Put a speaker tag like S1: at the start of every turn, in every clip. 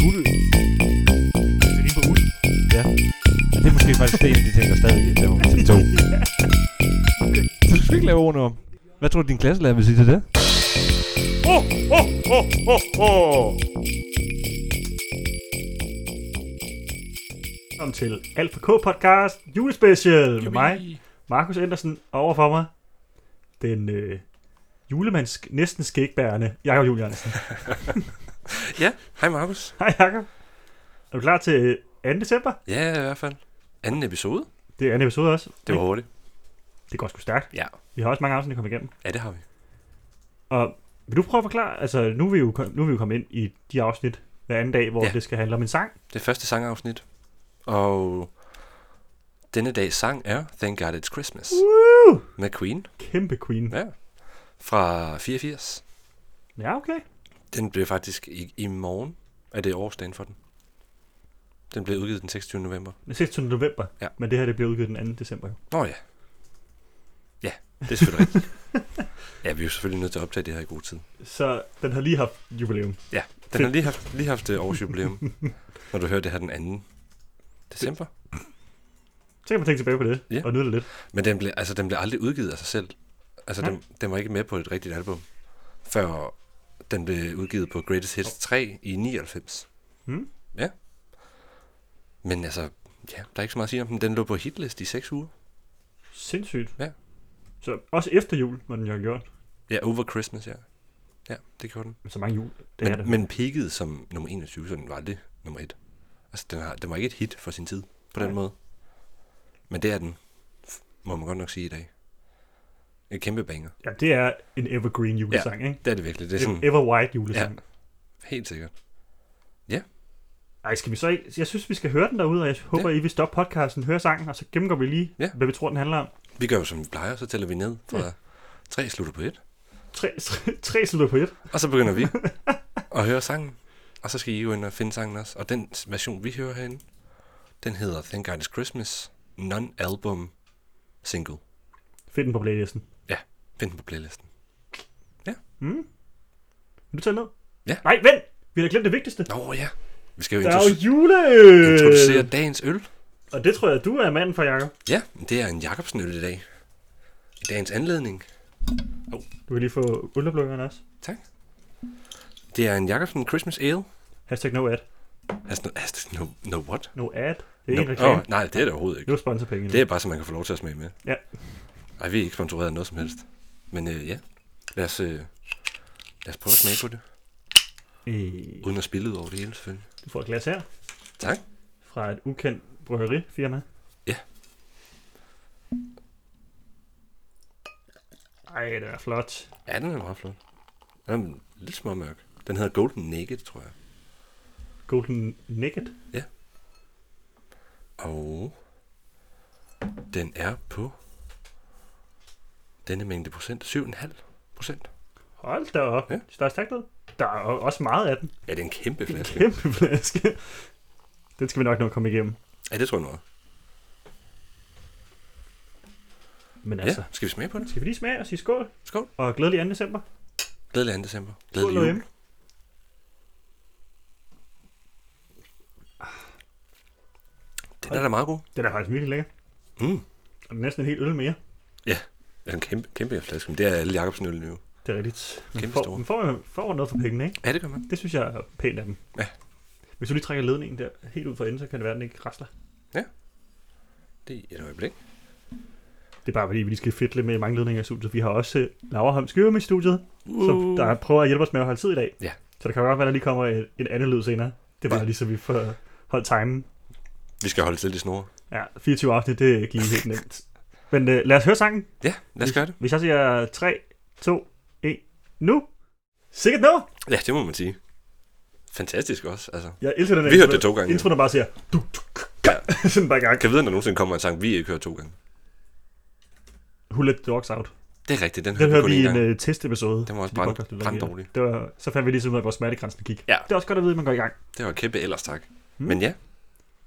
S1: guld.
S2: Altså, Det er lige på uld.
S1: Og det er måske faktisk det, en af de ting, der stadig er på til to. Så du skal ikke lave ordene om. Hvad tror du, din klasselærer vil sige til det?
S2: Velkommen til Alfa K podcast julespecial med mig, Markus Andersen, og overfor mig, den øh, julemandsk næsten skægbærende Jakob Juhl Jørgensen.
S3: Ja, hej Markus.
S2: Hej Jakob. Er du klar til 2. december?
S3: Ja, i hvert fald. Anden episode.
S2: Det er anden episode også.
S3: Det var hurtigt.
S2: Det går sgu stærkt.
S3: Ja.
S2: Vi har også mange afsnit, der kommer igennem.
S3: Ja, det har vi.
S2: Og vil du prøve at forklare, altså nu er vi jo, kom- nu er vi jo kommet ind i de afsnit hver anden dag, hvor ja.
S3: Ja.
S2: det skal handle om en sang.
S3: Det første sangafsnit. Og denne dags sang er Thank God It's Christmas
S2: Woo!
S3: med Queen
S2: Kæmpe queen.
S3: Ja. fra 84.
S2: Ja, okay.
S3: Den blev faktisk i, i morgen, er det årsdagen for den. Den blev udgivet den 26. november.
S2: Den 16. november.
S3: Ja.
S2: Men det her, det bliver udgivet den 2. december. jo.
S3: Nå ja. Ja, det er selvfølgelig rigtigt. Ja, vi er jo selvfølgelig nødt til at optage det her i god tid.
S2: Så den har lige haft jubilæum.
S3: Ja, den har lige haft, lige haft øh, årsjubilæum, når du hører det her den 2. december.
S2: Så kan man tænke tilbage på det,
S3: Ja.
S2: og nyde det lidt.
S3: Men den blev, altså, den blev aldrig udgivet af sig selv. Altså, den, den var ikke med på et rigtigt album, før den blev udgivet på Greatest Hits 3 i 99.
S2: Hmm.
S3: Ja. Men altså, ja, der er ikke så meget at sige om den. Den lå på hitlist i 6 uger.
S2: Sindssygt.
S3: Ja.
S2: Så også efter jul, når den jo har gjort.
S3: Ja, Over Christmas, ja. Ja, det gjorde den.
S2: Men Så mange jul, det er
S3: Men,
S2: det.
S3: men peakede som nummer 21, så den var aldrig nummer 1. Altså, den, har, den var ikke et hit for sin tid, på den
S2: Nej.
S3: måde. Men det er den, f- må man godt nok sige i dag. En kæmpe banger.
S2: Ja, det er en evergreen julesang, ja. ikke?
S3: Det er det virkelig. Det er
S2: Det er en
S3: sådan,
S2: everwhite julesang. Ja.
S3: Ja. helt sikkert.
S2: Ej, skal vi så ikke... Jeg synes, vi skal høre den derude, og jeg håber, ja. I vil stoppe podcasten, høre sangen, og så gennemgår vi lige, ja.
S3: Ja.
S2: hvad vi tror, den handler om.
S3: Vi gør jo som vi plejer, så tæller vi ned fra ja. tre slutter på et.
S2: Tre, tre, tre slutter på et.
S3: Og så begynder vi at høre sangen. Og så skal I jo ind og finde sangen også. Og den version, vi hører herinde, den hedder Thank God It's Christmas Non-Album Single.
S2: Find den på playlisten.
S3: Ja, find den på playlisten.
S2: Vil du tage den ned?
S3: Ja.
S2: Nej, vent! Vi har da glemt det vigtigste.
S3: Nå ja, vi skal jo
S2: Der er jo
S3: introdu-
S2: juleøl!
S3: introducere dagens øl.
S2: Og det tror jeg, du er manden for, Jacob.
S3: Ja, det er en Jacobsen øl i dag. I dagens anledning.
S2: Du kan lige få øloplukkeren også.
S3: Tak. Det er en Jacobsen Christmas Ale.
S2: Hashtag no ad.
S3: Altså, no, altså, no, no what?
S2: No ad. Det er en
S3: no,
S2: reklame.
S3: åh, nej, det er det overhovedet ikke.
S2: Nu er sponsorpengene.
S3: Det er bare, så man kan få lov til at smage med.
S2: Ja.
S3: Ej, vi er ikke sponsoreret af noget som helst. Men øh, ja, lad os, øh, lad os prøve at smage på det.
S2: Øh,
S3: Uden at spille ud over det hele, selvfølgelig.
S2: du får et glas her
S3: Tak.
S2: fra et ukendt bryggerifirma.
S3: Ja.
S2: Ej, det er flot.
S3: Ja, den er meget flot. Den er lidt småmørk. Den hedder Golden Naked, tror jeg.
S2: Golden Naked.
S3: Og den er på denne mængde procent. 7,5 procent.
S2: Hold da op. Ja.
S3: Ja.
S2: Der er stærkt noget. Der er jo også meget af den.
S3: Ja, det er en kæmpe flaske.
S2: Kæmpe flaske. Den skal vi nok nå at komme igennem.
S3: Ja, det tror jeg noget.
S2: Men altså,
S3: Ja, skal vi smage på det?
S2: skal vi lige smage og sige skål?
S3: Skål.
S2: Og glædelig 2. december.
S3: Glædelig 2. december.
S2: Skål
S3: Glædelig
S2: derhjemme.
S3: jul. Ah. Den er da meget god.
S2: Den er faktisk virkelig lækker.
S3: Mm.
S2: Og den er næsten en hel øl mere.
S3: Ja, det er en kæmpe, kæmpe flaske, men det er alle Jacobsen øl nu.
S2: Det er rigtigt. Men
S3: Kæmpe
S2: får,
S3: store.
S2: men får, får noget for pengene, ikke?
S3: Ja, det gør man.
S2: Det synes jeg er pænt af dem.
S3: Ja.
S2: Hvis du lige trækker ledningen der helt ud for enden, så kan det være, at den ikke rasler.
S3: Det er et øjeblik.
S2: Det er bare fordi, vi lige skal fedte lidt med mange ledninger i studiet. Vi har også øh, Laura Holm Skyve med i studiet, uh. som der prøver at hjælpe os med at holde tid i dag.
S3: Ja.
S2: Så det kan godt være, at der lige kommer en, en anden lyd senere. Det er bare
S3: Det-
S2: lige så vi får holdt timen.
S3: Vi skal holde til de snore.
S2: Ja, 24 aften, det er ikke lige helt nemt. Men øh, lad os høre sangen.
S3: Ja, lad os gøre det.
S2: Hvis jeg siger 3, 2, 1, nu. Sikkert nu.
S3: Ja, det må man sige. Fantastisk også, altså.
S2: Jeg elsker den
S3: Vi hørte det to gange.
S2: Introen der bare siger, du, du, ja. sådan bare i gang.
S3: Kan vide, om der nogensinde kommer en sang, vi ikke hører to gange.
S2: Who let the dogs out?
S3: Det er rigtigt, den,
S2: Den
S3: hørte vi
S2: hørte
S3: kun
S2: vi i
S3: én
S2: en
S3: gang.
S2: øh, testepisode.
S3: Den var også
S2: til de
S3: brand-
S2: podcast, vi lavede.
S3: branddårlig.
S2: Det var, så fandt vi lige så ud af, hvor smertegrænsen gik.
S3: Ja.
S2: Det er også godt at vide, at man går i gang.
S3: Det var et kæmpe ellers tak. Men ja,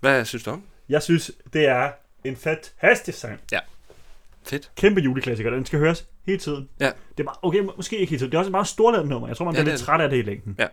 S3: hvad synes du om? den?
S2: Jeg synes, det er en fantastisk sang.
S3: Fedt.
S2: Kæmpe juleklassiker. Den skal høres hele tiden.
S3: Ja.
S2: Det er bare, okay, må- måske ikke hele tiden. Det er også et meget storladet nummer. Jeg tror, man
S3: Ja,
S2: bliver
S3: det
S2: lidt
S3: er
S2: træt
S3: det.
S2: af det i længden.
S3: Ja.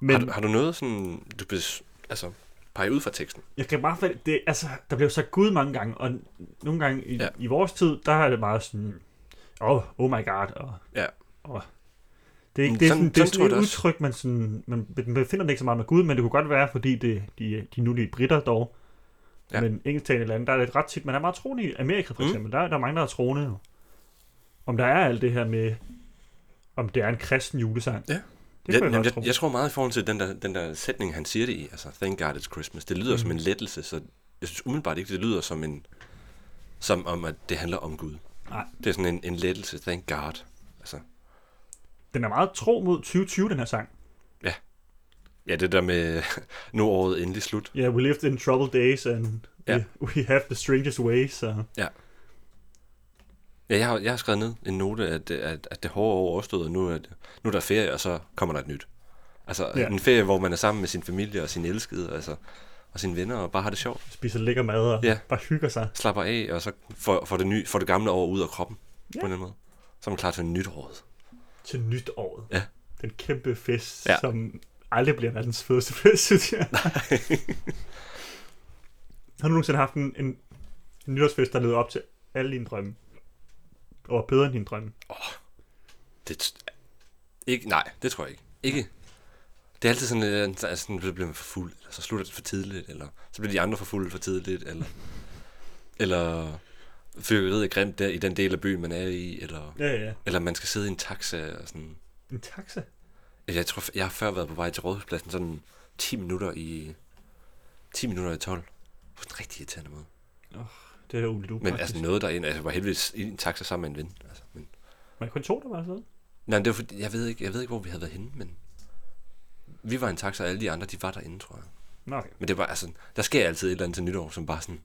S3: Men... Har,
S2: Men
S3: du, har du noget sådan, du kan s- altså, pege ud fra teksten?
S2: jeg kan bare fald, det, altså, der blev sagt Gud mange gange, og nogle gange i, ja.
S3: Ja.
S2: i vores tid, der er det meget sådan, oh, oh my god, og,
S3: Ja.
S2: og det er, ikke,
S3: Men
S2: det er sådan,
S3: sådan-
S2: det er
S3: sådan tror
S2: sådan
S3: jeg
S2: et
S3: det også.
S2: udtryk, man, sådan, man, man finder det ikke så meget med Gud, men det kunne godt være, fordi det, de, de nulige britter dog, ja.
S3: Ja.
S2: men engelsktalende lande, der er det ret tit, man er meget troende i Amerika for
S3: Mm.
S2: eksempel, mm. der, der er mange, der er troende jo. Om der er alt det her med, om det er en kristen julesang.
S3: Ja.
S2: Det
S3: jeg,
S2: kunne jeg,
S3: jamen,
S2: godt tro.
S3: jeg, jeg tror meget i forhold til den der, den der sætning, han siger det i, altså, thank God it's Christmas, det lyder
S2: Mm.
S3: mm. som en lettelse, så jeg synes umiddelbart ikke, det lyder som en, som om, at det handler om Gud.
S2: Nej.
S3: Det er sådan en, en lettelse, thank God. Altså,
S2: Den er meget tro mod 2020, den her sang.
S3: ja, det der med, nu er året endelig slut.
S2: Yeah, we lived in troubled days, and
S3: Ja.
S2: we, we have the strangest ways. So.
S3: Ja, jeg har, jeg har skrevet ned en note, at, det- at, at det hårde år er overstået, og nu er, det- nu er der ferie, og så kommer der et nyt. Altså,
S2: Ja.
S3: ja. en ferie, hvor man er sammen med sin familie og sin elskede, altså, og sine venner, og bare har det sjovt.
S2: Spiser lækker mad og
S3: Ja.
S2: bare hygger sig.
S3: slapper af, og så får, får, det, nye, får det gamle år ud af kroppen,
S2: Ja.
S3: ja. på en eller anden måde. Så er man klar til en nyt år.
S2: til nytåret.
S3: Ja.
S2: Den kæmpe fest, ja.
S3: Ja.
S2: som aldrig bliver verdens fedeste fest, synes jeg. har du nogensinde haft en, en nytårsfest, der leder op til alle dine drømme? Og var bedre end dine drømme?
S3: Det, t- ikke, nej, det tror jeg ikke. Ikke. Det er altid sådan, øh, altså, sådan så bliver man for fuld, eller så slutter det for tidligt, eller så bliver de andre for fulde for tidligt, eller, eller fyrværkeriet er grimt der, i den del af byen, man er i, eller,
S2: Ja, ja, ja.
S3: eller man skal sidde i en taxa. Og sådan.
S2: En taxa?
S3: Jeg tror, jeg har før været på vej til rådhuspladsen sådan 10 minutter i 10 minutter i 12. På sådan en rigtig irriterende måde.
S2: Det er jo lidt
S3: Men
S2: upraktisk.
S3: altså noget derinde, altså jeg var heldigvis i en taxa sammen med en ven. Altså, men,
S2: Man kun to, der var sådan
S3: nej, men det var fordi, jeg ved, ikke, jeg ved ikke, hvor vi havde været henne, men vi var i en taxa, og alle de andre, de var derinde, tror jeg.
S2: Nå, okay.
S3: Men det var altså, der sker altid et eller andet til nytår, som bare sådan...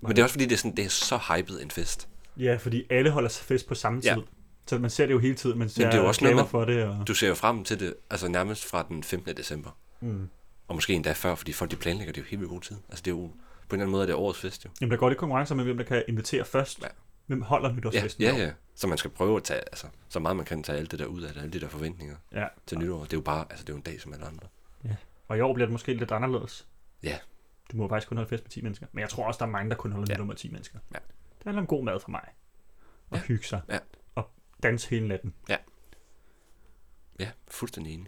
S3: Men det er også fordi, det er, sådan, det er så hyped en fest.
S2: Ja, fordi alle holder sig fest på samme tid.
S3: Ja.
S2: Ja. Så man ser det jo hele tiden, man ser
S3: det er jo også
S2: reklamer
S3: noget, man-
S2: for det. Og...
S3: Du ser jo frem til det, altså nærmest fra den 15. december.
S2: Mm.
S3: Og måske endda før, fordi folk de planlægger det jo helt vildt god tid. Altså det er jo, på en eller anden måde er det årets fest jo.
S2: Jamen, der går lidt konkurrencer med, hvem der kan invitere først.
S3: Ja.
S2: Hvem holder
S3: Ja,
S2: nytårsfesten? i
S3: ja,
S2: år?
S3: ja. Så man skal prøve at tage, altså, så meget man kan tage alt det der ud af det, alle de der forventninger
S2: ja.
S3: til nytår. Det er jo bare, altså det er jo en dag som alle andre.
S2: Og i år bliver det måske lidt anderledes.
S3: Ja.
S2: Du må faktisk kun holde fest med 10 mennesker. Men jeg tror også, der er mange, der kun holder
S3: Ja.
S2: ja. med 10 mennesker.
S3: Ja.
S2: Det handler om god mad for mig. Og
S3: Ja.
S2: hygge sig.
S3: Ja.
S2: Og danse hele natten.
S3: Ja, fuldstændig enig.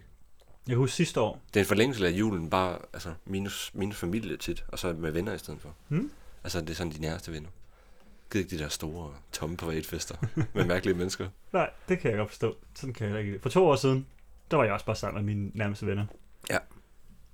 S2: Jeg husker sidste år,
S3: Det er en forlængelse af julen, bare altså, minus, minus familie tit, og så med venner i stedet for.
S2: Mm.
S3: Altså, det er sådan de nærmeste venner. Gid ikke de der store, tomme privatfester med mærkelige mennesker.
S2: nej, det kan jeg godt forstå. Sådan kan jeg heller ikke. lide. For to år siden, der var jeg også bare sammen med mine nærmeste venner.
S3: Ja.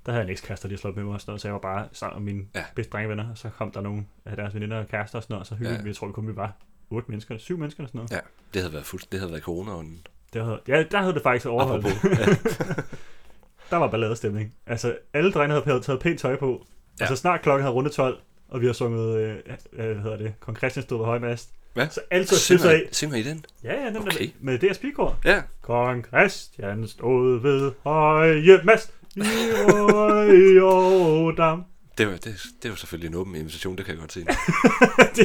S2: Der havde en ekskæreste, der lige slået med mig og sådan noget, så jeg var bare sammen med mine ja.
S3: Ja.
S2: bedste drengevenner, og så kom der nogle af deres veninder og kærester og sådan noget, og så hyggede
S3: Ja.
S2: ja. vi, jeg tror, vi kun vi var otte mennesker, syv mennesker og sådan noget.
S3: Ja. Det havde været, fuldst- det havde været coronaen.
S2: Det havde, ja, der havde det faktisk overholdt.
S3: Apropos.
S2: der var balladestemning. Altså, alle drengene havde taget- taget pænt tøj på, ja.
S3: Ja.
S2: og så snart klokken havde rundet 12, og vi havde sunget, øh, øh, hvad hedder det, Kong Christian stod ved højmast.
S3: Hvad?
S2: Så alle tog
S3: Synger,
S2: sig af.
S3: I- synger I den?
S2: Ja, ja, den okay.
S3: Okay.
S2: der, med det her spikor.
S3: Ja.
S2: Kong Christian stod ved højmast. I røg og dam.
S3: Det var, det, det var selvfølgelig en åben invitation, det kan jeg godt se.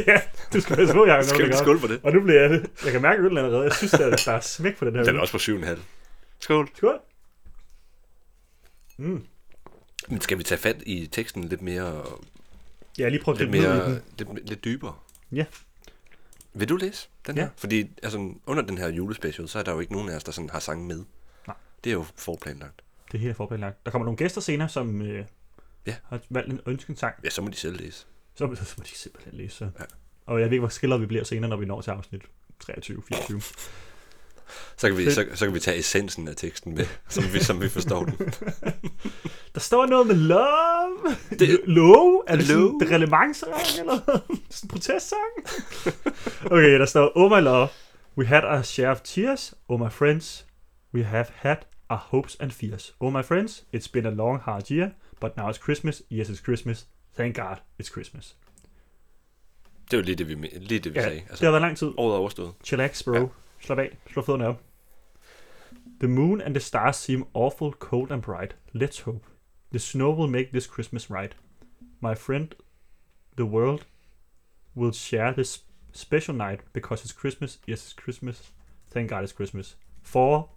S2: ja, du skal passe på, Jacob. når
S3: Skal
S2: du
S3: vi
S2: gør.
S3: skåle på det?
S2: Og nu bliver jeg det. Jeg kan mærke øl allerede. Jeg synes, der, er- der er smæk på den her.
S3: Den er
S2: øl.
S3: også på 7,5. Skål.
S2: Skål. Mm.
S3: Men skal vi tage fat i teksten lidt mere,
S2: Jeg har lige prøvet
S3: lidt,
S2: at dykke ned i
S3: mere
S2: den.
S3: lidt, lidt dybere?
S2: Ja.
S3: Vil du læse den
S2: Ja.
S3: her? Fordi altså, under den her julespecial, så er der jo ikke nogen af os, der sådan har sange med.
S2: Nej.
S3: Det er jo forplanlagt.
S2: Det hele er forplanlagt. Der kommer nogle gæster senere, som øh,
S3: Ja.
S2: har valgt en ønskensang.
S3: Ja, så må de selv læse.
S2: Så, så må de simpelthen læse. Så. Ja.
S3: Ja.
S2: Og jeg ved ikke, hvor skiller vi bliver senere, når vi når til afsnit 23-24.
S3: Så kan, vi,
S2: Fedt.
S3: så, så kan vi tage essensen af teksten med, som vi, som vi forstår den.
S2: Der står noget med love.
S3: Det-
S2: Det, love? Er det love?
S3: Love?
S2: sådan en relevancesang eller hvad? sådan en protestsang? okay, der står, Oh my love, we had our share of tears. Oh my friends, we have had our hopes and fears. Oh my friends, it's been a long hard year, but now it's Christmas. Yes, it's Christmas. Thank God, it's Christmas.
S3: Det er jo lige det, vi, me- lige det, vi
S2: Ja,
S3: sagde.
S2: det har
S3: Altså,
S2: været lang tid.
S3: året er overstået.
S2: Chillax, bro. Ja.
S3: Ja.
S2: Slap af. Slå fødderne op. The moon and the stars seem awful cold and bright. Let's hope. The snow will make this Christmas right. My friend, the world will share this special night because it's Christmas. Yes, it's Christmas. Thank God it's Christmas. Four.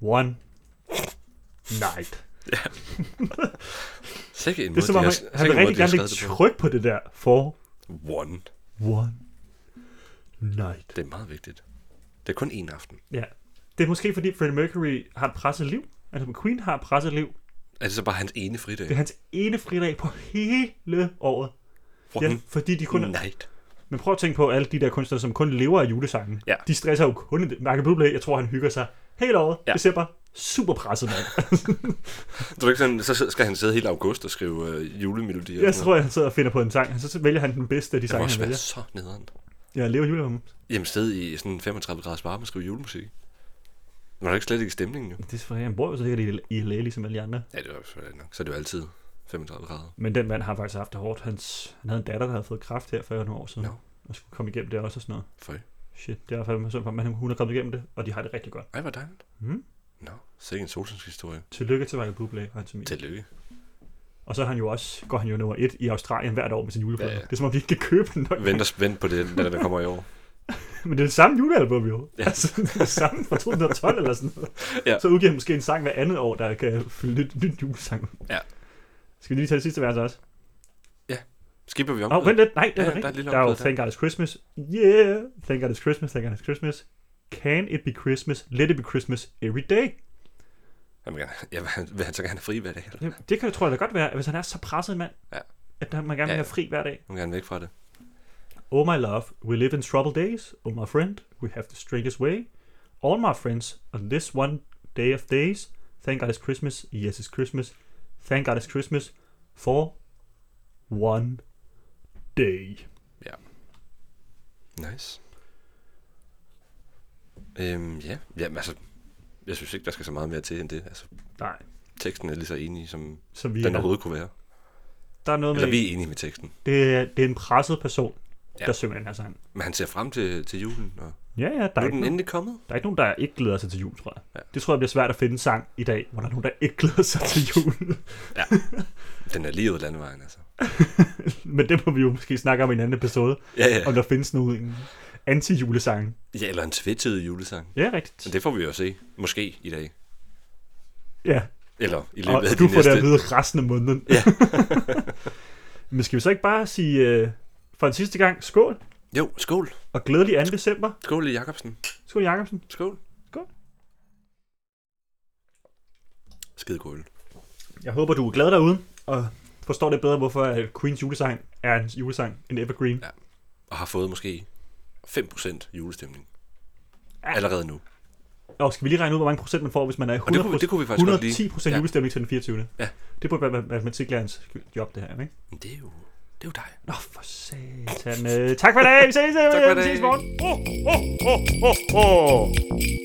S2: One. Nej.
S3: Sikke en
S2: Det er som om, han, han vil rigtig gerne lægge tryk på det der for
S3: One.
S2: one night.
S3: Det er meget vigtigt. Det er kun én aften.
S2: Ja. Det er måske fordi Freddie Mercury har et presset liv. Altså Queen har et presset liv.
S3: Er det så bare hans ene fridag?
S2: Det er hans ene fridag på hele året. Ja,
S3: One
S2: fordi de kun...
S3: night.
S2: Men prøv at tænke på alle de der kunstnere, som kun lever af julesangen.
S3: Ja.
S2: De stresser jo kun... i det. Michael Bublé, jeg tror, han hygger sig hele året.
S3: Ja.
S2: December. Super presset, mand.
S3: Du er ikke sådan, så skal han sidde hele august og skrive øh, julemelodier.
S2: Jeg tror, han sidder og finder på en sang. Så vælger han den bedste af de
S3: det må
S2: sange,
S3: også
S2: han
S3: være
S2: vælger.
S3: så nederen.
S2: Ja, lever jule ham.
S3: Jamen, sidde i sådan 35 graders varme og skrive julemusik. Man er ikke slet ikke i stemningen, jo.
S2: Det er fordi, han bor jo så sikkert i, i LA, ligesom alle de andre.
S3: Ja, det er jo selvfølgelig nok. Så er det jo altid 35 grader.
S2: Men den mand har faktisk haft det hårdt. Hans, han havde en datter, der havde fået kræft her for nogle år siden.
S3: Nå.
S2: Og skulle komme igennem det også og sådan noget.
S3: Føj.
S2: Shit, det er i hvert fald synd for, ham, men hun er kommet igennem det, og de har det rigtig godt.
S3: Ej, hvor dejligt.
S2: Mm.
S3: Nå, sikke en solsynshistorie.
S2: Tillykke til Michael Bublé og hans familie.
S3: Tillykke.
S2: Og så er han jo også, går han jo nummer et i Australien hvert år med sin juleplader.
S3: Ja,
S2: Ja,
S3: ja.
S2: ja. Det er som om, de ikke kan købe den nok.
S3: Vent, og, vent på det, der, der kommer i år.
S2: Men det er det samme julealbum jo.
S3: Ja.
S2: Ja. Altså, det er det samme fra 2012 eller sådan noget.
S3: Ja.
S2: Ja. Så udgiver han måske en sang hver andet år, der kan fylde lidt nyt julesang. ud.
S3: Ja.
S2: Skal vi lige tage det sidste vers også?
S3: Skipper vi om?
S2: Åh, oh, vent lidt. Nej, det
S3: Ja,
S2: er
S3: der er
S2: ja,
S3: et
S2: rigtigt.
S3: lille
S2: Der er jo
S3: omkvæd der.
S2: Thank God It's Christmas. Yeah! Thank God It's Christmas, Thank God It's Christmas. Can it be Christmas? Let it be Christmas every day.
S3: Han vil, gerne, ja, vil han- vil han så gerne have fri hver dag? Eller?
S2: Det, det kan, tror jeg da godt være, at hvis han er så presset en mand,
S3: Ja.
S2: at han man gerne vil
S3: Ja, ja.
S2: have fri hver dag.
S3: Han vil gerne væk fra det.
S2: Oh my love, we live in troubled days. Oh my friend, we have the strangest way. All my friends, on this one day of days, thank God it's Christmas. Yes, it's Christmas. Thank God it's Christmas for one day.
S3: Nice. Øhm, ja. Jamen, altså, jeg synes ikke, der skal så meget mere til end det. Altså,
S2: Nej,
S3: teksten er lige så enig, som
S2: så vi
S3: den
S2: er,
S3: overhovedet kunne være.
S2: der er noget
S3: Eller
S2: med,
S3: vi er enige med teksten.
S2: det, er, det er en presset person,
S3: Ja.
S2: ja. der synger den her sang.
S3: Men han ser frem til, til julen, og
S2: Ja, ja, der
S3: nu
S2: er,
S3: er
S2: ikke,
S3: den
S2: nogen-
S3: endelig kommet.
S2: der er ikke nogen, der ikke glæder sig til jul, tror jeg.
S3: Ja.
S2: Ja. Det tror jeg bliver svært at finde en sang i dag, hvor der er nogen, der ikke glæder sig til jul.
S3: Den er lige ud af landevejen, altså.
S2: Men det må vi jo måske snakke om i en anden episode,
S3: Ja, ja.
S2: om der findes nogen anti-julesange.
S3: ja eller en tvetydig julesang.
S2: Ja, rigtigt.
S3: Men det får vi jo at se. Måske i dag.
S2: Ja,
S3: Eller i løbet
S2: og
S3: af
S2: du
S3: de
S2: får det
S3: næste.
S2: at vide resten af måneden.
S3: Ja.
S2: Men skal vi så ikke bare sige øh, for en sidste gang skål,
S3: Jo, skål.
S2: og glædelig 2. december.
S3: Skål, Lee Jacobsen.
S2: Skål, Jacobsen.
S3: Skål.
S2: Skål.
S3: Skide god øl.
S2: Jeg håber, du er glad derude, og forstår det bedre, hvorfor at Queens julesang er en julesang, en evergreen.
S3: Ja. Og har fået måske 5% julestemning.
S2: Ja.
S3: Allerede nu.
S2: Og skal vi lige regne ud, hvor mange procent man får, hvis man er 100%,
S3: Og det kunne, vi- det kunne vi faktisk godt lide.
S2: 110 procent
S3: Ja.
S2: julestemning til den 24.
S3: Ja.
S2: Det burde være matematiklærens job, det her, ikke?
S3: Men det er jo, det er jo dig.
S2: Nå, for satan. Øh, tak for i dag. Vi ses, øh,
S3: Tak for i
S2: vi ses i
S3: dag.
S2: morgen. Oh, oh, oh, oh, oh.